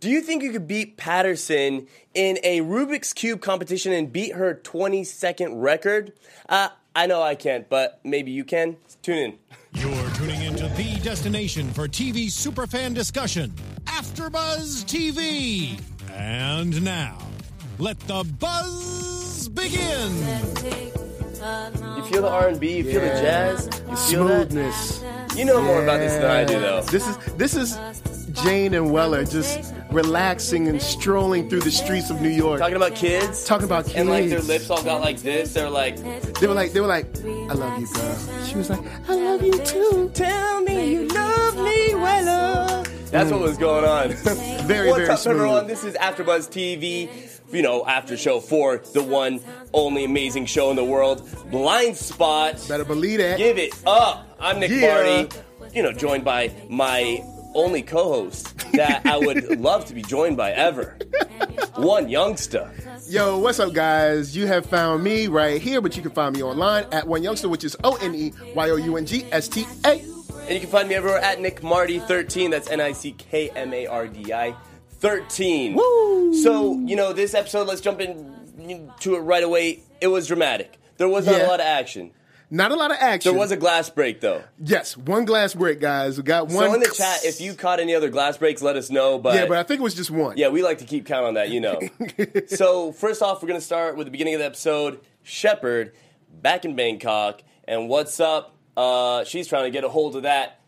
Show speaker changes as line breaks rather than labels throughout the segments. Do you think you could beat Patterson in a Rubik's Cube competition and beat her 20 second record? Uh, I know I can't, but maybe you can. Tune in.
You're tuning into the destination for TV superfan discussion, AfterBuzz TV. And now, let the buzz begin.
You feel the R&B, you feel the jazz, you feel that.
Smoothness.
You know more about this than I do, though.
This is this is Jane and Weller just relaxing and strolling through the streets of New York,
Talking about kids,
talking about kids.
and like their lips all got like this. They're like,
They were like, they were like, I love you, girl. She was like, I love you too.
tell me you love me, Wella. That's what was going on.
Very,
What's
very
up, everyone?
smooth.
This is AfterBuzz TV, you know, after show for the one, only amazing show in the world, Blind Spot.
Better believe that.
Give it up. I'm Nick
Yeah.
Barty, you know, joined by my only co host that I would love to be joined by ever. One youngster.
Yo, what's up, guys? You have found me right here, but you can find me online at One Youngster, which is O N E Y O U N G S T A.
And you can find me everywhere at Nick Marty 13. That's N I C K M A R D I 13. Woo! So, you know, this episode, let's jump in to it right away. It was dramatic. There was not
Yeah.
a lot of action.
Not a lot of action.
There was a glass break, though.
yes, one glass break, guys. We got one.
So in the chat, if you caught any other glass breaks, let us know. But
yeah, but I think it was just one.
Yeah, we like to keep count on that, you know. so first off, we're gonna start with the beginning of the episode. Shepard back in Bangkok, and what's up? Uh, she's trying to get a hold of that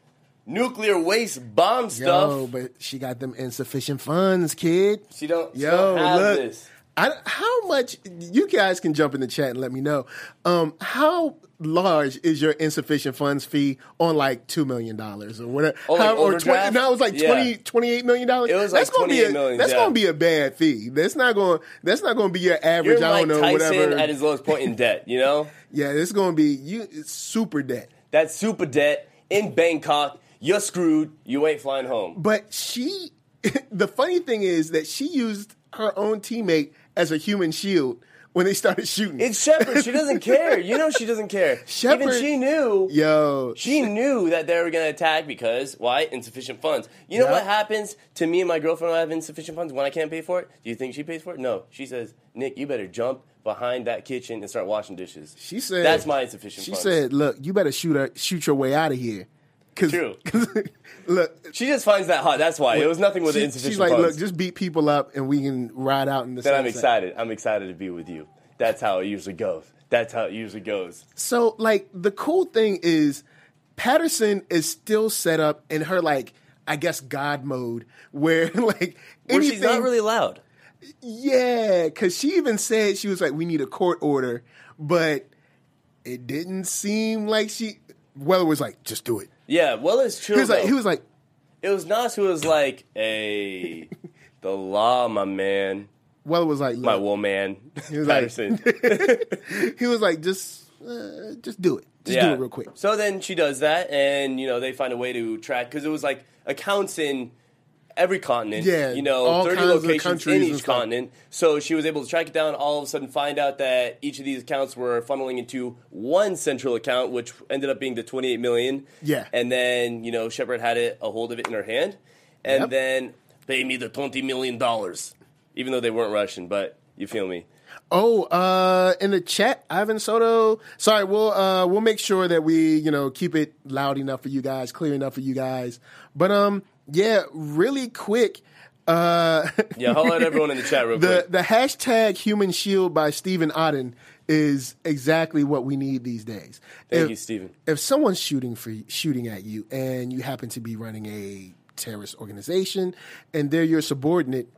nuclear waste bomb stuff.
Yo, but she got them insufficient funds, kid.
she don't. she
Yo,
don't have
look.
this.
I, how much you guys can jump in the chat and let me know. Um, how large is your insufficient funds fee on like two million dollars or whatever?
Oh, like
How- or
overdraft?
no, it was like
Yeah.
20, 28 million dollars.
It was
that's
like
gonna be a,
28 million,
That's
yeah.
gonna be a bad fee. That's not going. That's not gonna be your average.
You're
I
Mike
don't know.
Tyson
whatever.
at his lowest point in debt. You know
yeah, it's gonna be you it's super debt.
that super debt in Bangkok. You're screwed. You ain't flying home.
But she, the funny thing is that she used her own teammate as a human shield when they started shooting.
It's Shepard. She doesn't care. You know she doesn't care. Even
Shepard-
she knew.
Yo,
She knew that they were going to attack because why? Insufficient funds. You know
Yeah.
what happens to me and my girlfriend when I have insufficient funds when I can't pay for it? Do you think she pays for it? No. She says, Nick, you better jump behind that kitchen and start washing dishes.
She said
that's my insufficient.
She
funds.
said, "Look, you better shoot her, shoot your way out of here." Cause,
True.
'cause, look,
she just finds that hot. That's why it was nothing with
she-
the insufficient
She's like,
funds.
"Look, just beat people up, and we can ride out in the."
then I'm
sunset."
excited. I'm excited to be with you. That's how it usually goes. That's how it usually goes.
So, like, the cool thing is, Patterson is still set up in her like. I guess God mode, where like anything,
Where she's not really loud.
yeah, because she even said she was like, "We need a court order," but it didn't seem like she. Weller was like, "Just do it."
Yeah, well, it's true.
He was like,
though.
"He was like,
it was Nas who was like, "Hey, the law, my man."
Weller was like,
my
"Look,
woman,
was like-
Patterson.
he was like, just uh, just do it. Just do it real quick.
So then she does that, and you know they find a way to track because it was like accounts in every continent.
Yeah,
you know,
all
thirty
kinds of
locations in
countries and
each
stuff.
continent. So she was able to track it down. All of a sudden, find out that each of these accounts were funneling into one central account, which ended up being the twenty-eight million.
Yeah.
and then you know Shepard had it a hold of it in her hand, and
Yep.
then pay me the twenty million dollars, even though they weren't Russian, but. You feel me?
Oh, uh, in the chat, Ivan Soto. Sorry, we'll uh, we'll make sure that we you know keep it loud enough for you guys, clear enough for you guys. But um, yeah, really quick. Uh,
Yeah, holler at everyone in the chat real
the
quick.
the hashtag Human Shield by Stephen Oden is exactly what we need these days.
Thank
If-
you, Steven.
if someone's shooting for shooting at you and you happen to be running a terrorist organization and they're your subordinate,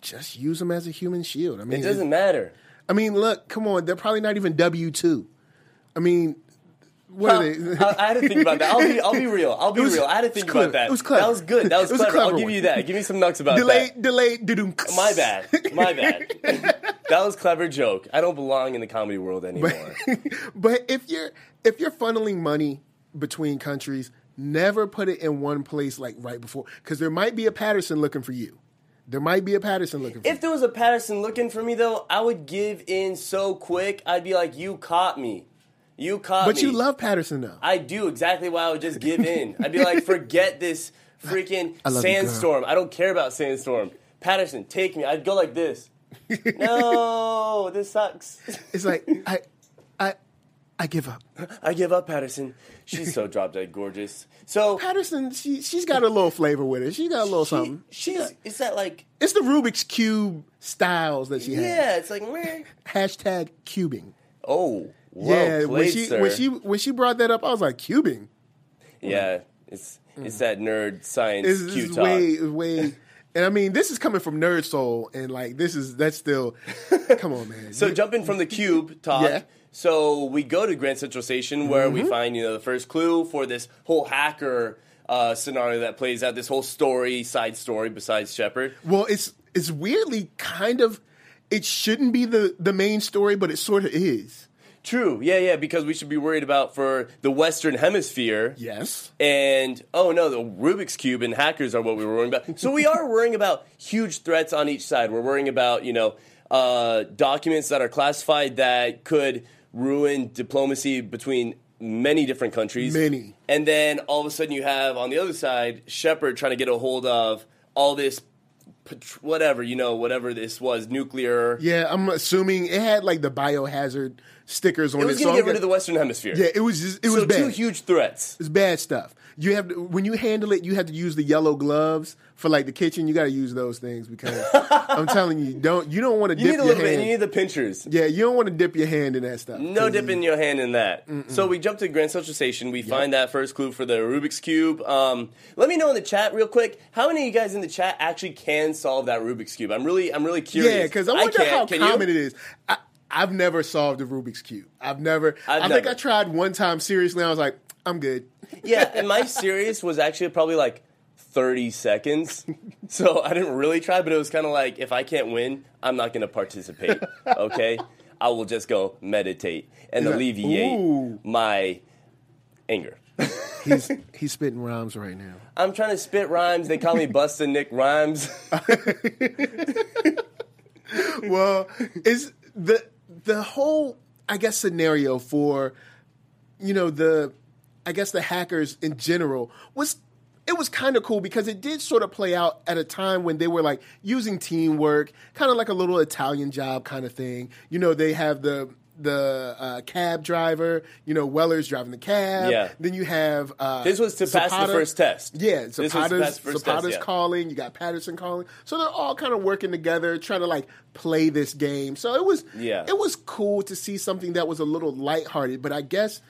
just use them as a human shield. I mean,
It doesn't matter.
I mean, look, come on, they're probably not even W two. I mean, What are they?
I, I had to think about that. I'll be, I'll be real. I'll be
It was-
real. I had to
it was
think
clever.
about that.
It was clever.
That was good. That was,
It was a
clever. I'll
clever
give
one.
you that. Give me some nuts about
delayed,
that.
delayed, doo
My bad. My bad. that was clever joke. I don't belong in the comedy world anymore.
But if you're if you're funneling money between countries, never put it in one place like right before, because there might be a Patterson looking for you. There might be a Patterson looking for
if there was a Patterson looking for me though, I would give in so quick. I'd be like, "You caught me. You caught
you. But
me."
you love Patterson though.
I do exactly why I would just give in. I'd be like, forget this freaking
I love you, girl.
sandstorm. I don't care about sandstorm. Patterson, take me. I'd go like this. no, this sucks.
It's like I, I, I give up.
I give up, Patterson. She's so drop dead gorgeous. So
Patterson, she she's got a little flavor with it. She got a little
she,
something.
she's is that like
It's the Rubik's cube styles that she has.
yeah? It's like meh.
Hashtag cubing.
oh well
yeah,
played,
when she
sir.
when she when she brought that up, I was like, cubing
yeah, it's it's that nerd science
is,
Q
is
talk.
way is way. And I mean, this is coming from nerd soul, and like this is that's still. come on, man.
So jumping from the cube talk.
Yeah. Mm-hmm.
So we go to Grand Central Station where we find you know the first clue for this whole hacker uh, scenario that plays out. This whole story, side story besides Shepard.
well, it's it's weirdly kind of. It shouldn't be the the main story, but it sort of is.
True. Yeah, yeah. Because we should be worried about for the Western Hemisphere.
Yes.
And oh no, the Rubik's cube and hackers are what we were worrying about. So we are worrying about huge threats on each side. We're worrying about you know uh, documents that are classified that could ruin diplomacy between many different countries.
Many.
And then all of a sudden you have on the other side Shepard trying to get a hold of all this pat- whatever you know whatever this was nuclear.
Yeah, I'm assuming it had like the biohazard stickers on it.
It was
so
going
I'm
to get rid
gonna-
of the Western Hemisphere.
Yeah, it was just, it was
so
bad.
two huge threats.
It's bad stuff. You have to, when you handle it, you have to use the yellow gloves for like the kitchen. You got to use those things because I'm telling you, don't you don't want to
You
dip
need a
your
little
hand.
bit. You need the pinchers.
yeah, you don't want to dip your hand in that stuff.
No
'Cause
dip in your hand in that. So we jump to Grand Central Station. We find that first clue for the Rubik's Cube. Um, let me know in the chat real quick. How many of you guys in the chat actually can solve that Rubik's Cube? I'm really, I'm really
you-
curious.
Yeah, because I wonder
can't.
how
Can you?
common it is. I, I've never solved a Rubik's cube. I've never.
I've
I think
never.
I tried one time seriously. and I was like, I'm good.
Yeah, and my serious was actually probably like 30 seconds. So I didn't really try, but it was kind of like if I can't win, I'm not going to participate. Okay? I will just go meditate and
He's like,
alleviate
"Ooh."
my anger.
He's he's spitting rhymes right now.
I'm trying to spit rhymes. They call me Busta Nick Rhymes.
well, is the the whole I guess scenario for you know the I guess the hackers in general was it was kind of cool because it did sort of play out at a time when they were like using teamwork, kind of like a little Italian job kind of thing. You know, they have the the uh, cab driver, you know, Weller's driving the cab.
Yeah.
Then you have uh,
This was to pass the first test.
Yeah,
This was to
Zapata's,
pass the first test,
Zapata's
yeah.
calling, you got Patterson calling. So they're all kind of working together, trying to like play this game. So it was
Yeah.
it was cool to see something that was a little lighthearted, but I guess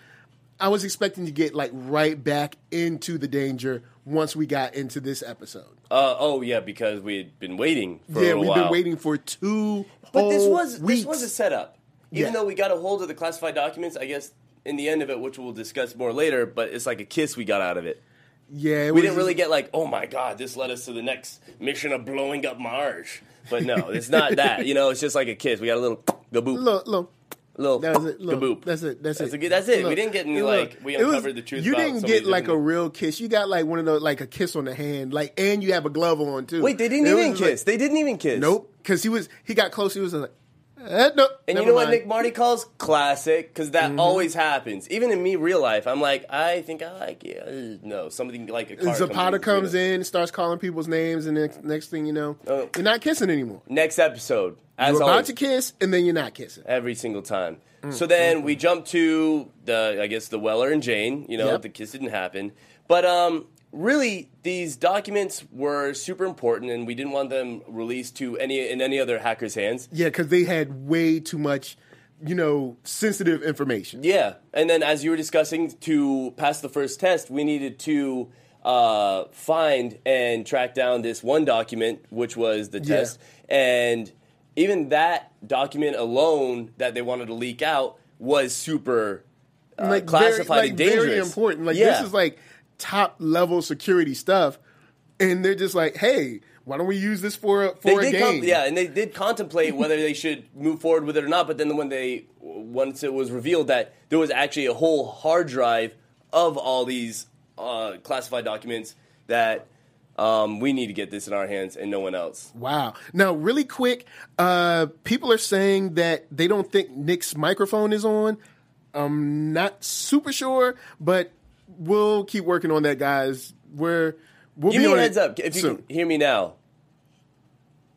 I was expecting to get like right back into the danger once we got into this episode.
Uh, oh yeah, because we had been waiting for
yeah,
a
we've
while.
been waiting for two
But this
whole
was
weeks.
this was a setup. Even
Yeah.
though we got a hold of the classified documents, I guess in the end of it, which we'll discuss more later, but it's like a kiss we got out of it.
yeah, it
We
was-
didn't really get like, oh my god, this led us to the next mission of blowing up Mars. But no, it's not that. You know, it's just like a kiss. We got a little gaboop, little,
look look That was it. Look,
gaboop.
That's it. That's,
That's
it.
a good- that's it. We
Look,
didn't get any,
look,
like, we
it was-
uncovered the truth
You
about
didn't
so
get
many
like a
different-
real kiss. You got like one of those like a kiss on the hand, like, and you have a glove on too.
Wait, they didn't
It
even
was like-
kiss. they didn't even kiss.
nope, because he was he got close. He was like, eh, nope.
And
never
you know what
mind. Mm-hmm.
Nick Marty calls classic? Because that always happens. Even in me, real life, I'm like, I think I like you. Uh, No, something like a car
Zapata comes
you know.
in, starts calling people's names, and next, next thing you know,
Oh.
you're not kissing anymore.
Next episode, as
You're about
always,
to Mm, kiss, and then you're not kissing.
every single time. So then we jump to the, I guess, the Weller and Jane. You know,
Yep.
the kiss didn't happen, but um, really, these documents were super important, and we didn't want them released to any in any other hacker's hands.
Yeah, because they had way too much, you know, sensitive information.
Yeah, and then as you were discussing, to pass the first test, we needed to uh, find and track down this one document, which was the
Yeah.
test, and even that document alone that they wanted to leak out was super uh,
like
classified
very, like,
and
Very
dangerous.
important. Like
Yeah.
this is like top level security stuff, and they're just like, hey, why don't we use this for a, for a
did
game?
con- yeah, and they did contemplate whether they should move forward with it or not. But then when they once it was revealed that there was actually a whole hard drive of all these uh, classified documents that um, we need to get this in our hands and no one else.
Wow. Now, really quick, uh, people are saying that they don't think Nick's microphone is on. I'm not super sure, but we'll keep working on that, guys. We're we'll
Give
be
me
on
a heads
it
up if you
soon.
can hear me now.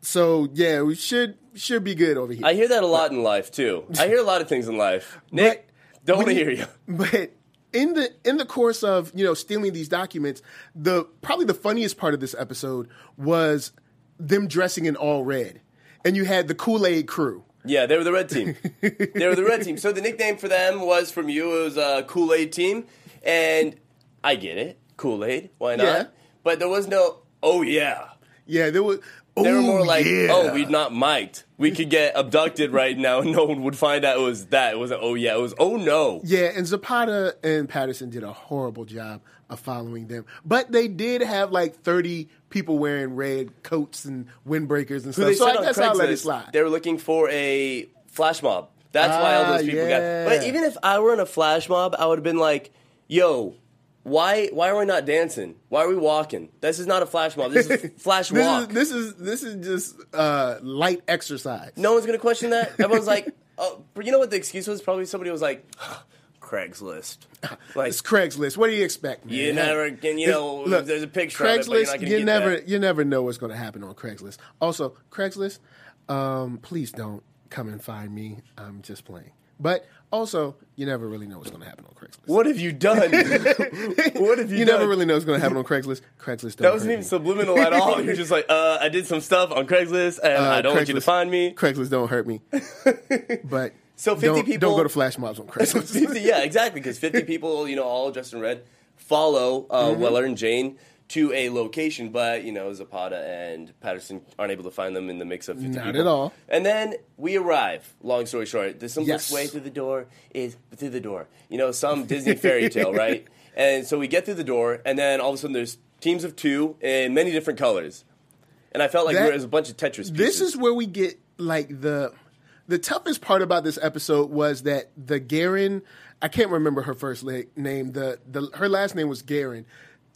So yeah, we should should be good over here.
I hear that a lot in life too. I hear a lot of things in life. Nick, don't want to
when
hear you.
But in the in the course of you know stealing these documents, the probably the funniest part of this episode was them dressing in all red, and you had the Kool Aid crew.
Yeah, they were the red team. they were the red team. So the nickname for them was from you. It was uh, Kool Aid team, and I get it, Kool Aid. Why not?
Yeah.
But there was no. Oh yeah.
Yeah, there was.
They were more like,
yeah.
oh, we're not mic'd. We could get abducted right now, and no one would find out it was that. It wasn't. Oh yeah. It was. Oh no.
Yeah, and Zapata and Patterson did a horrible job of following them. But they did have like 30 people wearing red coats and windbreakers and
Who
stuff. So
said
I
on
guess I'll let it
Craigslist
slide.
They were looking for a flash mob. That's why all those
Ah,
people
yeah.
got. But even if I were in a flash mob, I would have been like, "Yo, why? Why are we not dancing? Why are we walking? This is not a flash mob. This is a flash
this,
walk.
Is, this is this is just uh, light exercise.
no one's gonna question that. Everyone's like, oh, but you know what the excuse was? Probably somebody was like, Craigslist. Like,
It's Craigslist. What do you expect, man?
You never can- you know, there's a picture of it, but you're not gonna
you
get
never,
that.
you never know what's going to happen on Craigslist. Also, Craigslist, um, please don't come and find me. I'm just playing. But also, you never really know what's going to happen on Craigslist.
what have you done? what have you,
You
done?
never really know what's going to happen on Craigslist. Craigslist. Don't
That wasn't
hurt
even
me.
subliminal at all. You're just like, uh, I did some stuff on Craigslist, and
Uh,
I don't want you to
Craigslist-
find me.
Craigslist don't hurt me. But
So 50
don't,
people-
don't go to flash mobs on Craigslist.
50, yeah, exactly. Because 50 people, you know, all dressed in red, follow uh,
Mm-hmm.
Weller and Jane to a location, but, you know, Zapata and Patterson aren't able to find them in the mix of 50
Not
people.
at all.
And then we arrive. Long story short, the simplest
Yes.
way through the door is through the door. You know, some Disney fairy tale, right? And so we get through the door, and then all of a sudden there's teams of two in many different colors. And I felt like
That-
there was a bunch of Tetris pieces.
this is where we get like the the toughest part about this episode was that the Garen, I can't remember her first la- name. The the her last name was Garen.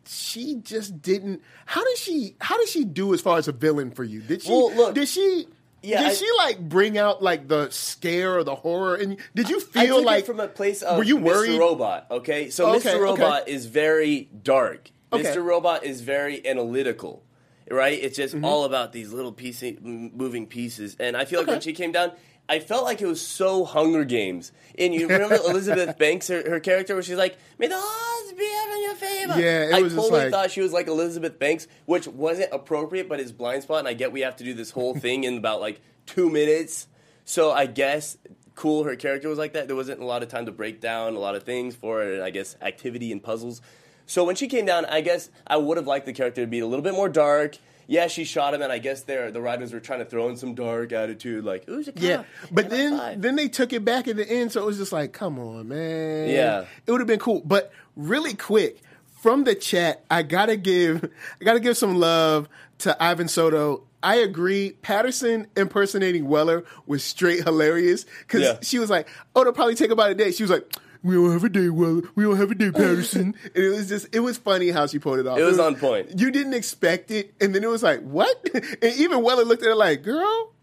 She just didn't. How did she? How did she do as far as a villain for you? Did she?
Well, look,
did she?
yeah,
did
I-
she like bring out like the scare or the horror? And did you feel
I took it
like
from a place of
were you
Mr.
worried?
Robot? Okay, so
Okay,
Mr.
okay.
Robot is very dark.
Okay.
Mr. Robot is very analytical, right? It's just
Mm-hmm.
all about these little piece, m- moving pieces, and I feel like when she came down. I felt like it was so Hunger Games. And you remember Elizabeth Banks, her, her character, where she's like, "May the odds be ever in your favor."
Yeah, it
I
was just
totally
like-
thought she was like Elizabeth Banks, which wasn't appropriate, but it's blind spot. And I get we have to do this whole thing in about like two minutes. So I guess cool her character was like that. There wasn't a lot of time to break down a lot of things for her, and I guess activity and puzzles. So when she came down, I guess I would have liked the character to be a little bit more dark. Yeah, she shot him, and I guess there the writers were trying to throw in some dark attitude, like who's a cop?
Yeah, but
And I
then
five."
then they took it back at the end, so it was just like, come on, man.
Yeah.
it would have been cool. But really quick from the chat, I gotta give I gotta give some love to Ivan Soto. I agree. Patterson impersonating Weller was straight hilarious because
Yeah.
she was like, "Oh, it'll probably take about a day." She was like. We don't have a day, Weller. We don't have a day, Patterson. and it was just, it was funny how she pulled it off.
It was on point.
You didn't expect it, and then it was like, what? and even Weller looked at her like, girl,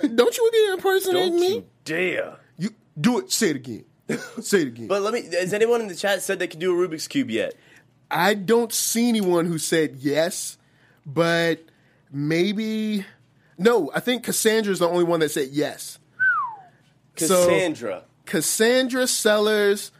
don't you be impersonating
don't
me?
you dare.
You do it. Say it again. Say it again.
But let me. Has anyone in the chat said they can do a Rubik's cube yet?
I don't see anyone who said yes, but maybe no. I think Cassandra's the only one that said yes. So-
Cassandra.
Cassandra Sellers,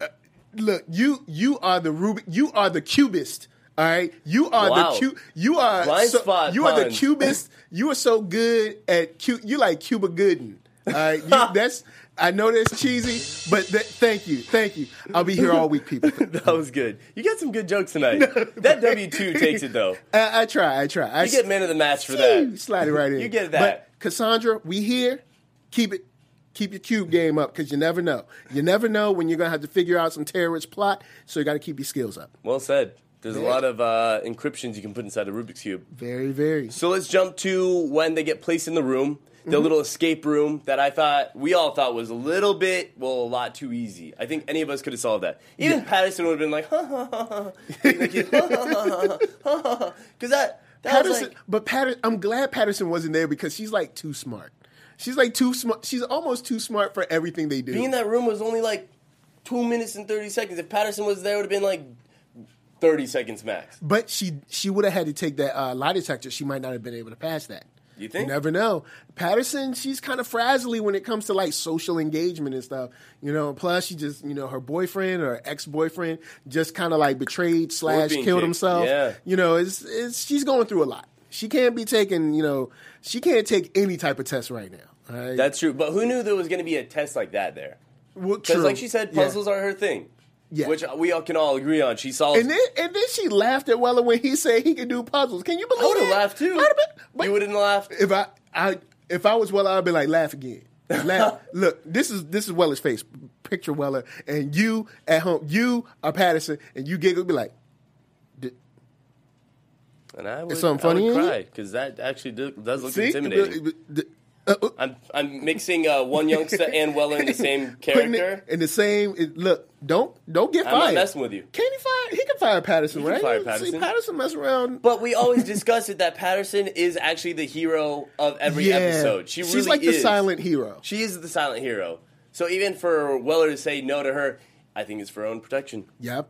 uh, look you you are the Ruby, you are the cubist. All right, you are
Wow.
the cu- you are
Blind
so-
spot
you are the
puns.
cubist. You are so good at cu- you like Cuba Gooden. All right, you, that's I know that's cheesy, but that, thank you, thank you. I'll be here all week, people.
That was good. You got some good jokes tonight. that W two takes it though.
I, I try, I try. I
You get man of the match for that.
Slide it right in.
You get that.
But Cassandra, we here. Keep it, keep your cube game up because you never know. You never know when you're gonna have to figure out some terrorist plot. So you got to keep your skills up.
Well said. There's a lot of uh, encryptions you can put inside a Rubik's cube.
Very, very.
So let's jump to when they get placed in the room, the
Mm-hmm.
little escape room that I thought we all thought was a little bit, well, a lot too easy. I think any of us could have solved that. Even Patterson would have been like, ha ha ha ha, because that that was
Patterson,
like,
but Patterson, I'm glad Patterson wasn't there because she's like too smart. She's like too smart. She's almost too smart for everything they do.
being in that room was only like two minutes and thirty seconds. If Patterson was there, it would have been like thirty seconds max.
But she she would have had to take that uh, lie detector. She might not have been able to pass that.
You think?
You never know. Patterson, she's kind of frazzly when it comes to like social engagement and stuff. You know, plus she just you know her boyfriend or ex boyfriend just kind of like betrayed slash
being
killed
kicked.
himself.
Yeah.
You know, it's it's she's going through a lot. She can't be taking you know she can't take any type of test right now. All right.
That's true. But who knew there was going to be a test like that there?
Well,
Because,
true.
like she said,
Yeah.
puzzles are her thing.
Yeah.
Which we all can all agree on. She solves
And then, and then she laughed at Weller when he said he could do puzzles. Can you believe
I would have
that?
laughed too.
I'd have been- but
you wouldn't laugh.
if I, I if I was Weller, I'd be like, laugh again. Laugh. Look, this is this is Weller's face. Picture Weller, and you at home, you are Patterson, and you giggle, be like, "D-
And I would,
something funny
I
in
would
you?
cry because that actually do, does look
see,
intimidating.
D- uh, uh,
I'm I'm mixing uh, one youngster and Weller in the same
putting it
character.
in the same. It, look, don't don't get
I'm not
fired.
messing with you.
Can he fire? He can fire Patterson,
He can
right?
fire
See,
Patterson.
Patterson mess around.
But we always discuss it that Patterson is actually the hero of every
yeah,
episode. She really
she's like
is.
the silent hero.
She is the silent hero. So even for Weller to say no to her, I think it's for her own protection
Yep.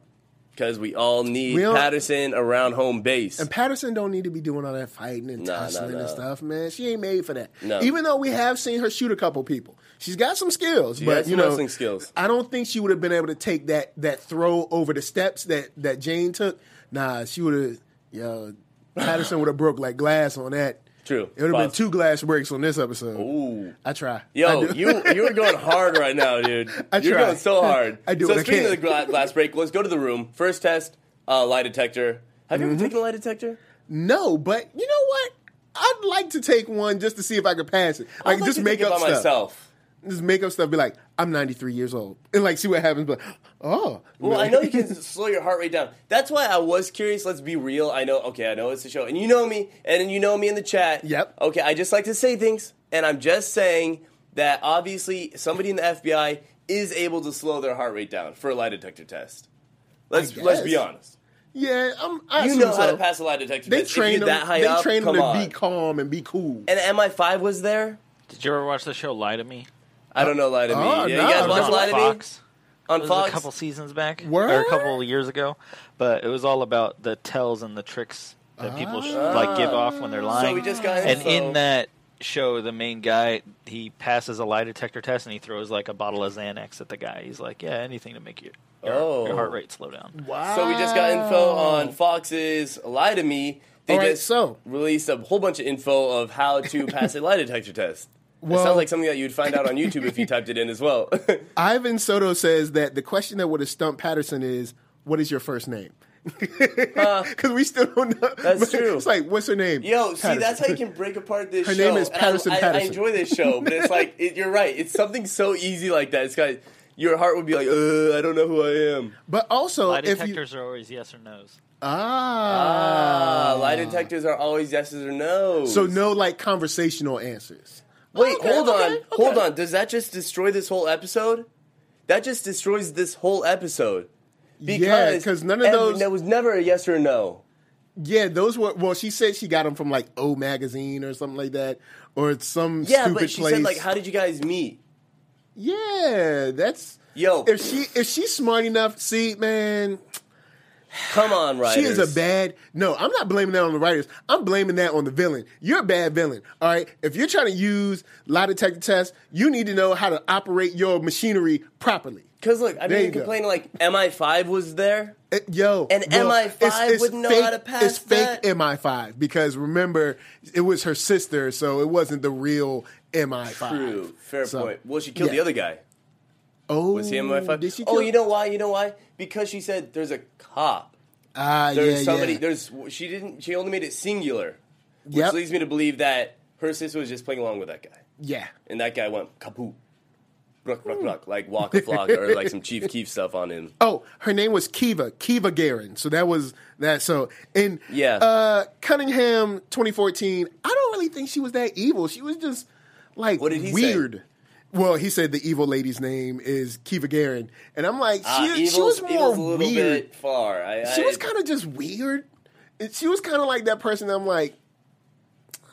because we all need
We all-
Patterson around home base.
And Patterson don't need to be doing all that fighting and
Nah, nah,
tussling
nah.
and stuff, man. She ain't made for that.
No.
Even though we have seen her shoot a couple people, she's got some skills. but
got some
you know,
wrestling skills.
I don't think she would have been able to take that that throw over the steps that that Jane took. Nah, she would have. Yo, Patterson would have broke like glass on that.
True.
It would have been
Possible.
two glass breaks on this episode.
Ooh.
I try.
Yo,
I do.
you you were going hard right now, dude.
I
You're
try.
going so hard.
I do
So
what I
speaking
can.
of the gla- glass break, let's go to the room. First test, uh, lie detector. Have
Mm-hmm.
you ever taken a lie detector?
No, but you know what? I'd like to take one just to see if I could pass it.
I'd
Like,
like
just
to
make
take it
up
by
stuff.
myself.
just make up stuff. Be like, I'm 93 years old, and like see what happens. But oh,
Well, I know you can slow your heart rate down. That's why I was curious. Let's be real. I know. Okay, I know it's a show, and you know me, and you know me in the chat.
Yep.
Okay, I just like to say things, and I'm just saying that obviously somebody in the FBI is able to slow their heart rate down for a lie detector test. Let's let's be
guess.
honest.
yeah, I'm. I
You
assume
know how
so.
to pass a lie detector
They
test. if
train
you're
them.
that high
they
up,
train them
come
to
on.
be calm and be cool.
and MI5 was there.
Did you ever watch the show Lie to Me?
I don't know, lie to me.
Oh,
yeah,
no,
you guys
no.
watch
on
lie to me
Fox.
on
It was
Fox.
a couple seasons back, or
Word?
a couple of years ago, but it was all about the tells and the tricks that people sh- like give off when they're lying.
Ah. so we just got
and
info.
in that show, the main guy he passes a lie detector test and he throws like a bottle of Xanax at the guy. He's like, "Yeah, anything to make you your,
Oh.
your heart rate slow down."
So we just got info on Fox's Lie to Me. They
All right,
just
Oh. so-
released a whole bunch of info of how to pass a lie detector test. it
Well-
sounds like something that you'd find out on YouTube if you typed it in as well.
Ivan Soto says that the question that would have stumped Patterson is, "What is your first name?" Because we still don't know.
Uh, That's true.
It's like, what's her name?
Yo, see,
Patterson.
that's how you can break apart this
Her
show.
name is
And I-
Patterson
I, I,
Patterson.
enjoy this show, but it's like, it, you're right. It's something so easy like that. It's got, your heart would be like, uh, I don't know who I am.
But also,
Lie
if you
detectors are always yes or no's.
ah,
Uh, lie detectors are always yeses or no's.
so no like conversational answers.
Wait,
Okay,
hold on,
okay, okay.
hold on. Does that just destroy this whole episode? That just destroys this whole episode.
Yeah, 'cause none of
every-
those-
There was never a yes or a no.
Yeah, those were. Well, she said she got them from like O magazine or something like that, or it's some
Yeah,
stupid
but she
place.
said like, "How did you guys meet?"
yeah, that's
Yo.
If she if she's smart enough, see, man,
Come on,
she
writers.
is a bad. No, I'm not blaming that on the writers. I'm blaming that on the villain. You're a bad villain. All right, if you're trying to use lie detector tests, you need to know how to operate your machinery properly.
Because look, I've
There
been
you go.
complaining like MI5 was there.
Uh, Yo,
And MI5 wouldn't know how to pass
It's
that.
fake MI5 because remember, it was her sister, so it wasn't the real MI5.
True, fair
So,
point. Well, she killed
yeah.
the other guy.
Oh,
Was he MI5?
Did she
oh,
kill-
you know why? You know why? Because she said there's a cop.
Ah,
There's
yeah,
somebody.
yeah.
There's she didn't. She only made it singular, which
Yep.
leads me to believe that her sister was just playing along with that guy.
yeah.
and that guy went kaput. ruck,
Hmm.
ruck, ruck, like Waka Flocka or like some Chief Keef stuff on him.
Oh, her name was Kiva, Kiva Garin. So that was that. So in
Yeah.
uh, Cunningham 2014, I don't really think she was that evil. She was just like
What did he say?
weird. Well, he said the evil lady's name is Kiva Garin, and I'm like, she,
Ah,
she was
evil's-
more
evil's a little
weird.
bit far. I,
She
I-
was kind of just weird. And she was kind of like that person. That I'm like,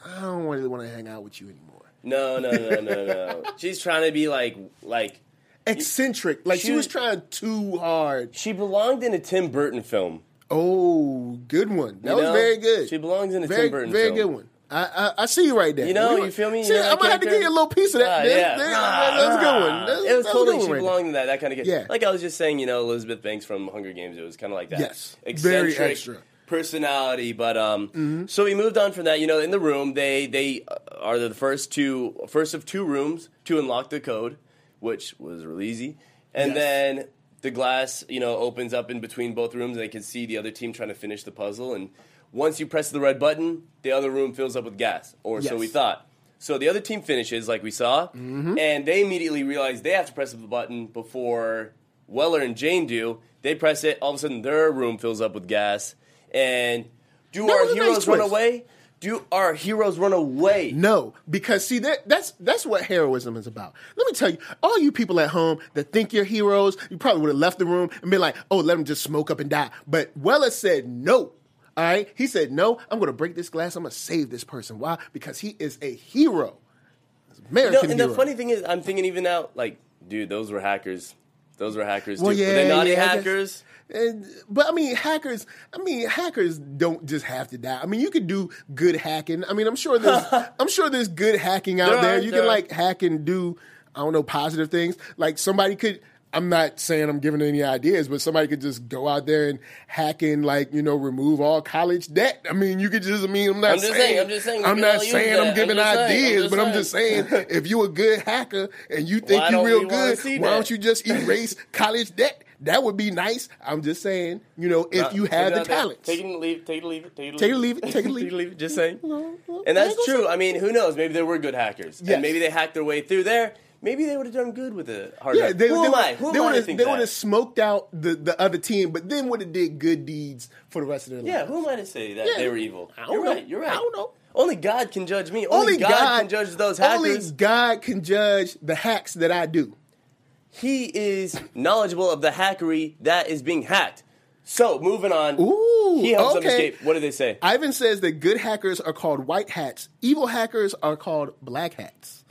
I don't really want to hang out with you anymore.
no, no, no, no, no. She's trying to be like, like
Eccentric, like she,
She-
was trying too hard.
she belonged in a Tim Burton film.
Oh, good one. That
You
was
know?
very good.
She belongs in a
very,
Tim Burton
very
film.
good one. I, I I see you right there.
You know,
We-
you feel me?
See,
You're
I'm
that
gonna have to
character?
give you a little piece of that.
Ah,
There-
yeah.
there-
Ah,
that's a good one. That's,
It was
that's
totally
a
she
good one. right
belonged to that that kind of
Yeah.
like I was just saying, you know, Elizabeth Banks from Hunger Games. It was kind of like that.
Yes. Very extra. Mm-hmm.
personality. But um, so we moved on from that. You know, in the room, they they uh, are the first two first of two rooms to unlock the code, which was real easy. And
Yes.
then the glass, you know, opens up in between both rooms. They can see the other team trying to finish the puzzle. And once you press the red button, the other room fills up with gas, or so
Yes.
we thought. So the other team finishes, like we saw,
Mm-hmm.
and they immediately realize they have to press the button before Weller and Jane do. They press it, all of a sudden their room fills up with gas. And do
That was
our
a nice
heroes run
twist.
away? Do our heroes run away?
No, because see that that's that's what heroism is about. Let me tell you, all you people at home that think you're heroes, you probably would have left the room and been like, "Oh, let them just smoke up and die." But Weller said no. All right, he said no. I'm going to break this glass. I'm going to save this person. Why? Because he is a hero. American
No, and
hero.
the funny thing is, I'm thinking even now, like, dude, those were hackers. Those were hackers.
Well,
dude. were
yeah,
they naughty
yeah, I guess.
hackers?
And, but I mean, hackers. I mean, hackers don't just have to die. I mean, you could do good hacking. I mean, I'm sure there's. I'm sure there's good hacking out
There
there.
are,
you
there
can
are.
like hack and do. I don't know positive things. Like somebody could. I'm not saying I'm giving any ideas, but somebody could just go out there and hack and like you know remove all college debt. I mean, you could just. I mean, I'm not
I'm just
saying,
saying, I'm just saying we
I'm
can
not
all use
saying
that.
I'm
I'm
giving
just saying, I'm
ideas,
just
but I'm just saying if you're a good hacker and you think
Why
you're
don't
real
we wanna
good,
see
why
that?
don't you just erase college debt? That would be nice. I'm just saying, you know, if you have the talents.
Take it and leave. Take it, leave it. Take it,
Take it, leave it, take it, leave it.
Just saying.
no,
And
I
that's
ain't gonna
true. I mean, who knows? Maybe there were good hackers,
Yes.
and maybe they hacked their way through there. Maybe they would have done good with a hard.
Yeah,
hack.
they,
who
they,
am I? Who
they
am I to
would've-
think
They
that?
would have smoked out the, the other team, but then would have did good deeds for the rest of their life.
Yeah, who am I to say that
Yeah.
they were evil?
I don't
you're
know.
right. You're right.
I don't know.
Only God can judge me. Only,
Only
God,
God,
can judge those
Only
hackers.
God can judge the hacks that I do.
He is knowledgeable of the hackery that is being hacked. So moving on.
Ooh,
he helps them
okay.
escape. What did they say?
Ivan says that good hackers are called white hats, evil hackers are called black hats.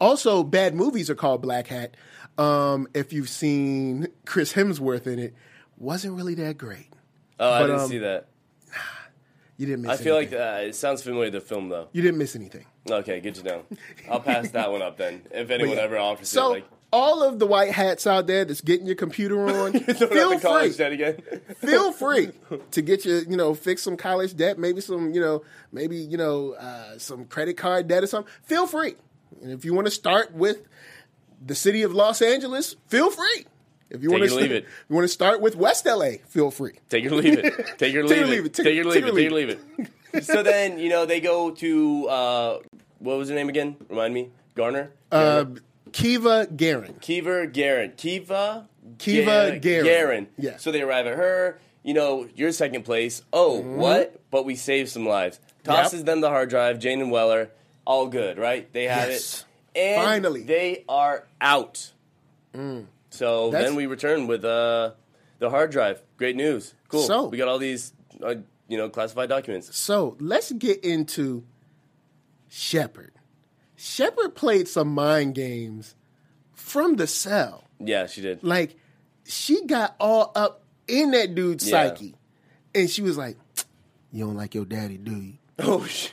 Also, bad movies are called black hat. Um, if you've seen Chris Hemsworth in it, wasn't really that great.
oh, I
but,
didn't
um,
see that.
You didn't miss.
I feel like
anything.
uh, it sounds familiar. The film though.
you didn't miss anything.
Okay, good to know. I'll pass that one up then. If anyone ever offers
So
it, like
all of the white hats out there that's getting your computer on,
don't have
feel
to college
free.
that again.
feel free to get your, you know, fix some college debt, maybe some, you know, maybe, you know, uh, some credit card debt or something. Feel free. And if you want to start with the city of Los Angeles, feel free. If you
Take
want
it or
to
leave it.
you want to start with West LA, feel free.
Take your leave it. Take your leave,
or
it.
leave it. Take-
Take your leave
take
it.
or
Take your leave it. so then you know they go to uh, what was her name again? Remind me, Garner.
Uh, Kiva Garin.
Kiva Garrett. Kiva.
Kiva
Gar-
Garin.
Garin.
Yeah.
So they arrive at her. You know, you're second place. Oh,
Mm-hmm.
what? But we saved some lives. Tosses them the hard drive. Jane and Weller. All good, right? They have
Yes.
it. And
Finally. Mm.
they are out. So
That's-
then we return with uh, the hard drive. Great news. Cool.
So-
we got all these, uh, you know, classified documents.
So let's get into Shepard. Shepard played some mind games from the cell.
Yeah, she did.
Like, she got all up in that dude's
Yeah.
psyche. And she was like, You don't like your daddy, do you?
oh, shit.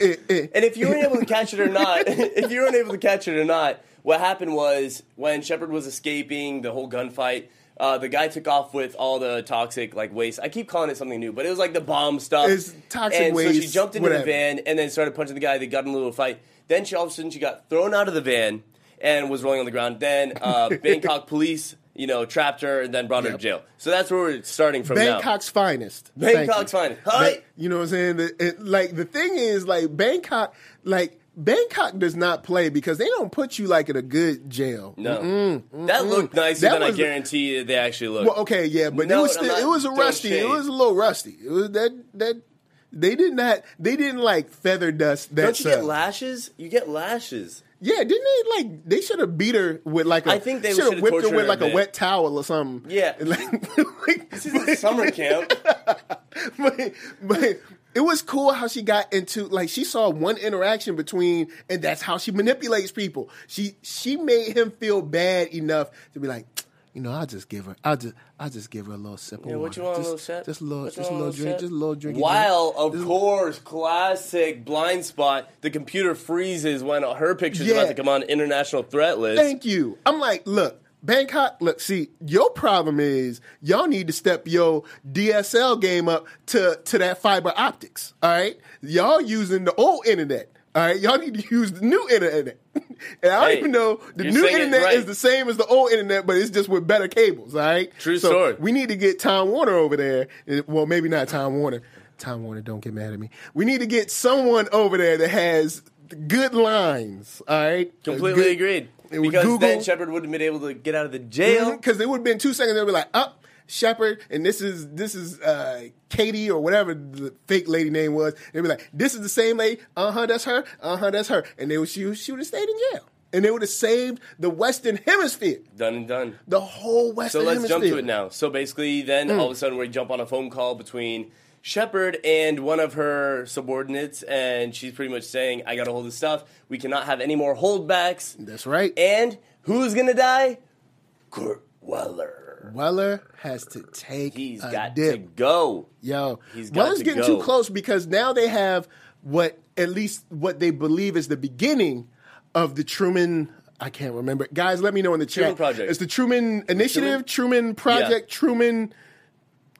Eh, eh.
And if you weren't able to catch it or not, if you weren't able to catch it or not, what happened was when Shepard was escaping the whole gunfight, uh, the guy took off with all the toxic like waste. I keep calling it something new, but it was like the bomb stuff.
It's toxic
and So she
waste,
jumped into the
whatever.
van and then started punching the guy. They got in a little fight. Then she all of a sudden she got thrown out of the van and was rolling on the ground. Then uh, Bangkok police, you know, trapped her and then brought her to jail. So that's where we're starting from now.
Bangkok's finest. Thank
Bangkok's
you.
finest. Hi.
Ba- you know what I'm saying? The, it, like the thing is, like Bangkok, like Bangkok does not play because they don't put you like in a good jail.
No, that looked nicer
Mm-hmm. That
than I
was-
guarantee you they actually looked.
Well, okay, yeah, but
No,
it was
I'm
still,
not
it was a
throwing
rusty.
shade.
It was a little rusty. It was that that they did not they didn't like feather dust that
Don't you
up.
get lashes? You get lashes.
Yeah, didn't they like they should have beat her with like a
I think they
should have
should've
whipped her
tortured
with
her
like
a
a
bit.
wet towel or something.
Yeah.
Like-
This is a summer camp.
but, but it was cool how she got into like she saw one interaction between and that's how she manipulates people. She she made him feel bad enough to be like, you know, I'll just give her I'll just I'll just give her a little sip of
Yeah,
water.
what you want?
just,
a little sip?
Just a little
What you
just a
want,
little drink,
sip?
just a little drink.
While, of
Just-
course, classic blind spot, the computer freezes when her picture's
Yeah.
about to come on international threat list.
Thank you. I'm like, look, Bangkok, look, see, your problem is y'all need to step your DSL game up to, to that fiber optics. All right. Y'all using the old internet. All right. Y'all need to use the new internet. and I don't
Hey,
even know the
you're
new
saying it
internet
right.
is the same as the old internet, but it's just with better cables. All right.
True
so
story.
We need to get Time Warner over there. Eh, Well, maybe not Time Warner. Time Warner, don't get mad at me. We need to get someone over there that has good lines. All right.
Completely
Good-
agreed.
it was
Because then
Google. Mm-hmm.
Shepard wouldn't have been able to get out of the jail.
because it would have been two seconds. They'd be like, "Up, Shepard," and this is this is uh, Katie or whatever the fake lady name was. They'd be like, "This is the same lady. Uh huh, that's her. Uh huh, that's her." And they would she, she would have stayed in jail, and they would have saved the Western Hemisphere,
Done and done.
the whole Western.
So let's
Hemisphere.
jump to it now. So basically, then all
Hmm.
of a sudden we jump on a phone call between Shepard and one of her subordinates, and she's pretty much saying, "I got to hold this stuff. We cannot have any more holdbacks."
That's right.
And who's gonna die? Kurt Weller.
Weller has to take
He's
a
got
dip.
to go.
Yo,
He's got
Weller's
to
getting
go.
too close because now they have what at least what they believe is the beginning of the Truman. I can't remember. Guys, let me know in the chat.
Truman Project.
It's the Truman Initiative, Truman, Project, Truman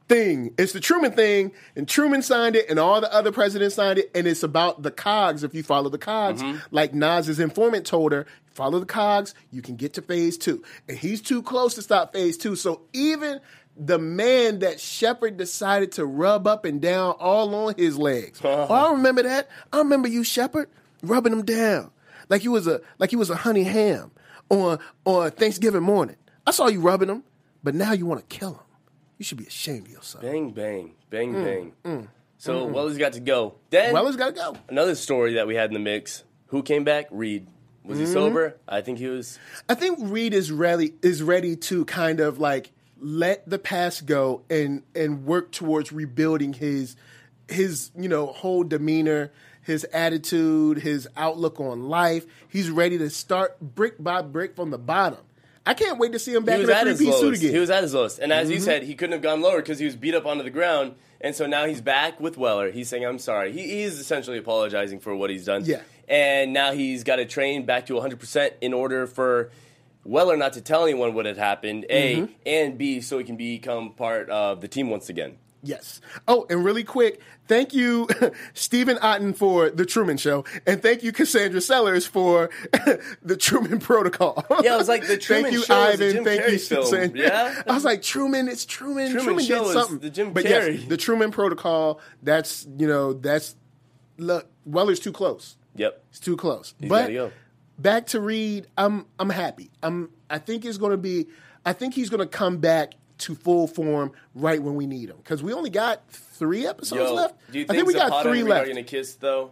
thing. It's the Truman thing, and Truman signed it, and all the other presidents signed it, and it's about the cogs. If you follow the cogs, like Nas's informant told her, follow the cogs, you can get to phase two. And he's too close to stop phase two. So even the man that Shepard decided to rub up and down all on his legs. oh, I remember that. I remember you, Shepard, rubbing him down like you was a like you was a honey ham on on Thanksgiving morning. I saw you rubbing him, but now you want to kill him. You should be ashamed of yourself.
Bang bang bang bang. So Weller's got to go. Then
Hmm. Weller's got to go.
another story that we had in the mix. Who came back? Reed. Was
Hmm.
he sober? I think he was.
I think Reed is ready is ready to kind of like let the past go and and work towards rebuilding his his you know whole demeanor, his attitude, his outlook on life. He's ready to start brick by brick from the bottom. I can't wait to see him back
He
in
was
a
at
three
his
piece suit
lowest.
again. Mm-hmm.
He was at his lowest, and as you said, he couldn't have gone lower because he was beat up onto the ground, and so now he's back with Weller. He's saying, "I'm sorry." He, he's essentially apologizing for what he's done.
Yeah.
and now he's got to train back to 100 percent in order for Weller not to tell anyone what had happened. A
Mm-hmm.
and B, so he can become part of the team once again.
Yes. Oh, and really quick, thank you, Stephen Otten for The Truman Show, and thank you, Cassandra Sellers for The Truman Protocol.
Yeah, I was like, The Truman
thank you,
Show is a
Ivan.
Jim
thank you,
Carrey film,
Cassandra.
yeah?
I was like, Truman, it's Truman.
Truman
Truman,
Show
did
is
something.
the Jim
but
Carrey.
yes, The Truman Protocol. That's you know that's look Weller's too close.
Yep.
It's too close.
gotta
but
go.
back to Reed, I'm I'm happy. I'm I think it's going to be I think he's going to come back to full form right when we need him because we only got three episodes
Yo,
left.
do you
I
think,
think we got
Zapata
three
and Reed
left.
are going to kiss though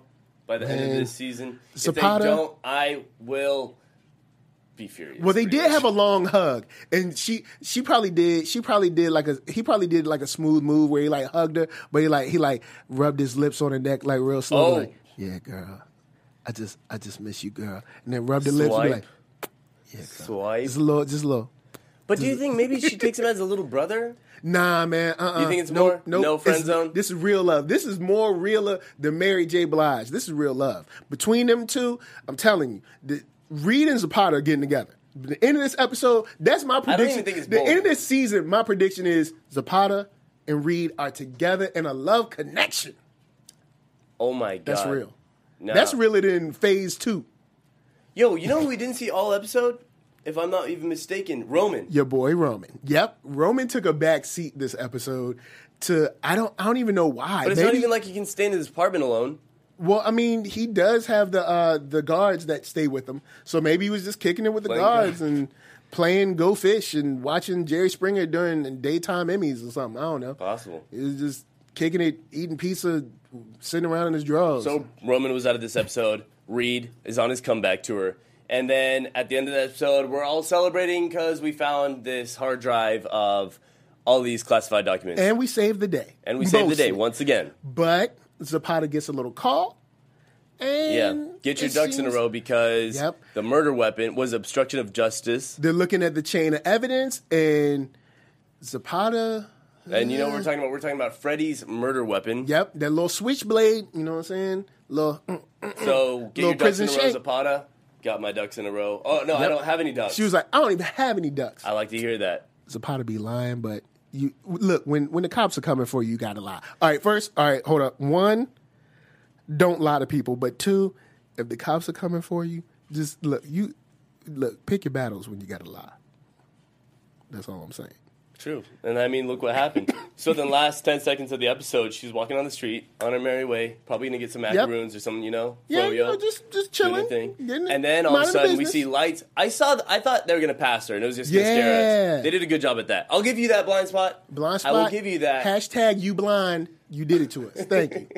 by the end of
Man.
this season?
Zapata-
If they don't, I will be furious.
Well, they
pretty
did
much.
have a long hug, and she she probably did she probably did like a he probably did like a smooth move where he like hugged her, but he like he like rubbed his lips on her neck like real slow,
Oh.
like yeah, girl, I just I just miss you, girl, and then rubbed the lips and be
Swipe.
like
swipe.
just a little, just a little.
But do you think maybe she takes him as a little brother?
Nah, man. Uh. uh
You think it's
nope,
more?
Nope.
No friend
It's-
zone?
This is real love. This is more realer than Mary J. Blige. This is real love between them two. I'm telling you, the, Reed and Zapata are getting together. The end of this episode. That's my prediction.
even think it's
the
bold.
end of this season. My prediction is Zapata and Reed are together in a love connection.
Oh my god,
That's real.
No.
That's realer than Phase Two.
Yo, you know who we didn't see all episode? If I'm not even mistaken, Roman.
Your boy Roman. Yep, Roman took a back seat this episode. To I don't I don't even know why.
But it's not
Maybe-
even like he can stay in his apartment alone.
Well, I mean, he does have the uh, the guards that stay with him, so maybe he was just kicking it with the
Playing
guards and playing Go Fish and watching Jerry Springer during daytime Emmys or something. I don't know.
Possible.
He was just kicking it, eating pizza, sitting around in his drawers.
So Roman was out of this episode. Reed is on his comeback tour. And then at the end of the episode, we're all celebrating because we found this hard drive of all these classified documents.
and we saved the day.
And we saved the day
Mostly.
once again.
But Zapata gets a little call. And
Yeah. Get your
it
ducks in a
seems
row because
Yep.
the murder weapon was obstruction of justice.
They're looking at the chain of evidence, and Zapata.
And you know what we're talking about? We're talking about Freddy's murder weapon.
Yep, that little switchblade. You know what I'm saying? Little. mm.
So get
Little
your ducks in a
prison
row,
shake.
Zapata. Got my ducks in a row. Oh, no, I don't have any ducks.
She was like, I don't even have any ducks.
I like to hear that.
Zapata be lying, but you look when when the cops are coming for you, you gotta lie. All right, first, all right, hold up. One, don't lie to people. But two, if the cops are coming for you, just look you look pick your battles when you gotta lie. That's all I'm saying.
True. And I mean, look what happened. so then, last 10 seconds of the episode, she's walking on the street on her merry way, probably going to get some macaroons or something, you know?
Yeah,
froyo,
you know, just just
doing her
chilling.
thing.
getting-
And then all of a
minding
sudden, we
business.
see lights. I saw. Th- I thought they were going to pass her, and it was just going to
Yeah.
stare at us. They did a good job at that. I'll give you that blind spot.
blind spot.
I will give you that.
Hashtag you blind. You did it to us. Thank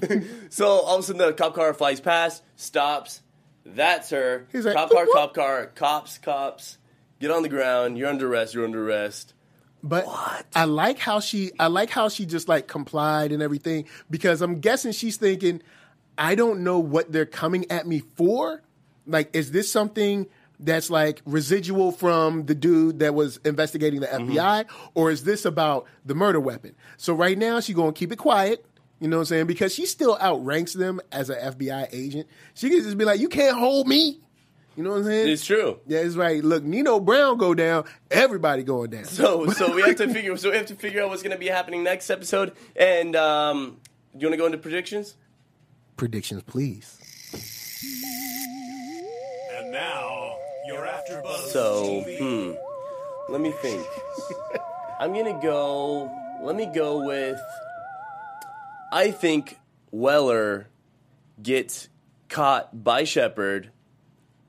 you.
so all of a sudden, the cop car flies past, stops. That's her.
He's like,
cop car,
"Whoop, whoop."
cop car, cops, cops. Get on the ground. You're under arrest. You're under arrest.
But I like how she I like how she just like complied and everything because I'm guessing she's thinking I don't know what they're coming at me for. Like is this something that's like residual from the dude that was investigating
Mm-hmm.
the FBI or is this about the murder weapon? So right now she's going to keep it quiet. You know what I'm saying? Because she still outranks them as an FBI agent. She can just be like, "You can't hold me." You know what I'm saying?
It's true.
Yeah, it's right. Look, Nino Brown go down, everybody going down.
So so we have to figure so we have to figure out what's going to be happening next episode. And um, you want to go into predictions?
predictions, please.
And now, you're after Buzz.
So hmm, let me think. I'm gonna go. Let me go with. I think Weller gets caught by Shepard,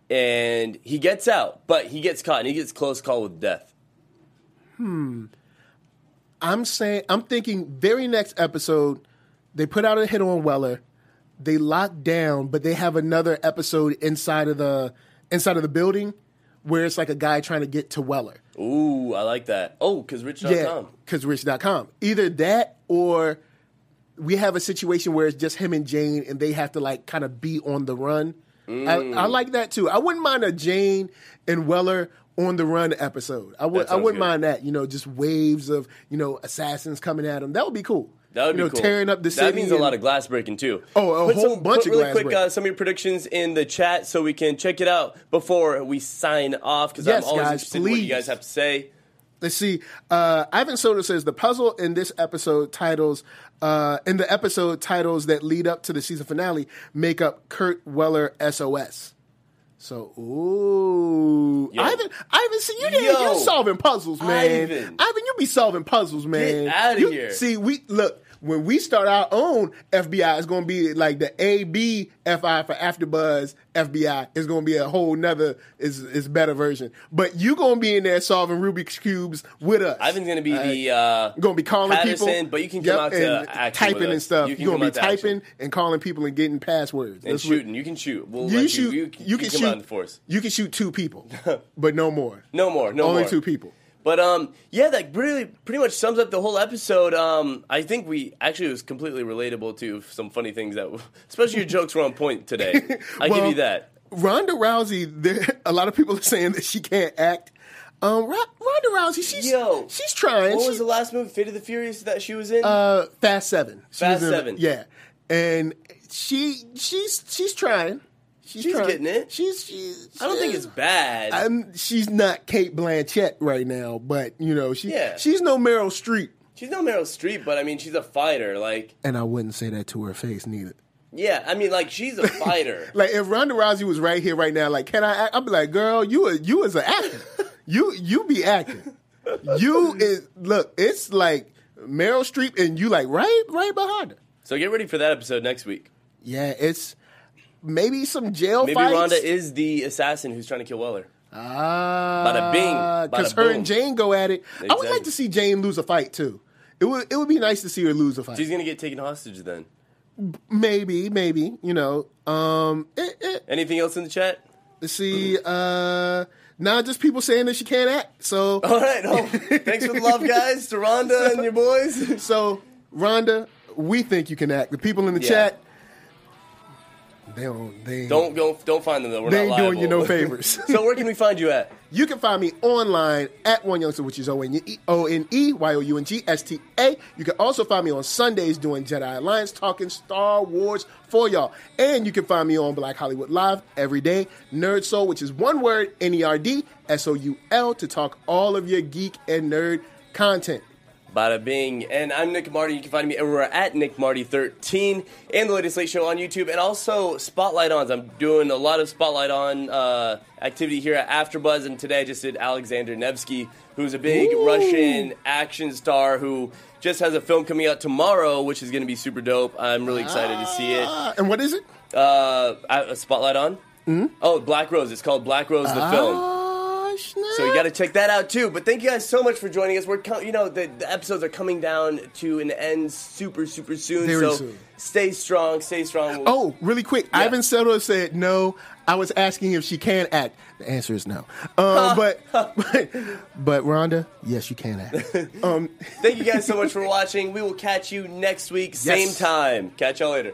and he gets out, but he gets caught and he gets close call with death.
I'm saying I'm thinking very next episode, they put out a hit on Weller, they lock down, but they have another episode inside of the inside of the building where it's like a guy trying to get to Weller.
Ooh, I like that. Oh, because Rich.com.
Yeah, because rich.com. Either that or we have a situation where it's just him and Jane and they have to like kind of be on the run. I, I
Mm.
like that too. I wouldn't mind a Jane and Weller on the run episode. I would
That
I
sounds
wouldn't
good.
mind that. You know, just waves of, you know, assassins coming at him. That would be cool.
That would
you
be
know,
cool.
tearing up the city.
That means a
and-
lot of glass breaking too.
Oh, a
put
whole
some,
bunch
put
of
really
glass
quick
breaking.
Uh, some of your predictions in the chat so we can check it out before we sign off because
Yes,
I'm always
guys,
interested in what you
please.
guys have to say.
Let's see. Uh, Ivan Soto says the puzzle in this episode titles, uh, in the episode titles that lead up to the season finale, make up Kurt Weller SOS. So, ooh,
Yo.
Ivan, Ivan, see you there?
Yo.
You solving puzzles, man.
Ivan.
you be solving puzzles, man.
outta
You-
here.
See, we look when we start our own FBI, it's gonna be like the A B F I for AfterBuzz FBI. It's gonna be a whole nother is is better version. But you gonna be in there solving Rubik's cubes with us.
Ivan's gonna be the uh,
You're gonna be calling
Patterson,
people,
but you can
Yep,
come out to
and
action
typing
with
and
us.
stuff.
You
You
can
are
come
gonna be
out to action.
typing and calling people and getting passwords
and
That's what-
shooting. You can shoot. We'll
you
let
shoot.
You, can,
You, can
come
shoot.
out in force.
You can shoot two people, but no more.
No more. No
Only
more.
two people.
But um, yeah, that really pretty much sums up the whole episode. Um, I think we actually it was completely relatable to some funny things that, especially your jokes were on point today. I give
Well,
you that.
Ronda Rousey, there, a lot of people are saying that she can't act. Um, Ro- Ronda Rousey, she's
Yo,
she's trying.
What
She-
was the last movie, Fate of the Furious, that she was in?
uh, Fast Seven. She
Fast
was in-
Seven.
Yeah, and she she's she's trying. She's,
She's
trying.
getting it.
She's she's.
I don't think it's bad.
I'm, she's not Kate Blanchett right now, but you know she
Yeah.
she's no Meryl Streep,
she's not Meryl Streep, but I mean, she's a fighter. Like,
and I wouldn't say that to her face neither.
yeah, I mean, like she's a fighter.
Like if Ronda Rousey was right here right now, like can I? act? I'd be like, girl, you a, you is an actor. you you be acting. You is look. It's like Meryl Streep and you like right right behind her.
so get ready for that episode next week.
Yeah, it's maybe some jail
Maybe
fights.
Rhonda is the assassin who's trying to kill Weller.
Ah,
Bada bing, bada
Because uh, her
boom.
and Jane go at it. I would like
Exactly.
to see Jane lose a fight too. It would it would be nice to see her lose a fight.
She's gonna get taken hostage then.
Maybe, maybe you know. Um, it, it,
Anything else in the chat?
let's see, uh, not just people saying that she can't act. So,
All right. Oh, thanks for the love, guys, to Rhonda and your boys.
so Rhonda, we think you can act. The people in the
Yeah.
chat, they don't. They
Don't go. Don't find them though. We're
They
not
ain't doing you
liable.
no favors.
so where can we find you at?
You can find me online at One Youngster, which is O N E O N E Y O U N G S T A. You can also find me on Sundays doing Jedi Alliance, talking Star Wars for y'all. And you can find me on Black Hollywood Live every day, Nerd Soul, which is one word, N E R D S O U L, to talk all of your geek and nerd content.
Bada bing. And I'm Nick Marty. You can find me everywhere at Nick Marty 13 and the latest late show on YouTube and also Spotlight Ons. I'm doing a lot of Spotlight On uh, activity here at AfterBuzz, and today I just did Alexander Nevsky, who's a big Russian action star who just has a film coming out tomorrow, which is going to be super dope. I'm really excited to see it.
Ah, and what is it?
Uh, I- a Spotlight On? Mm-hmm. Oh, Black Rose. It's called Black Rose the film.
Ah, snap.
So you got to check that out too. But thank you guys so much for joining us. We're co- you know the, the episodes are coming down to an end super super soon.
Very
so
soon.
stay strong, stay strong.
Oh, really quick.
Yeah.
Ivan Seto said no. I was asking if she can act. The answer is no. Um, but, but but Rhonda, yes, you can act. Um,
thank you guys so much for watching. We will catch you next week, same time. Catch y'all later.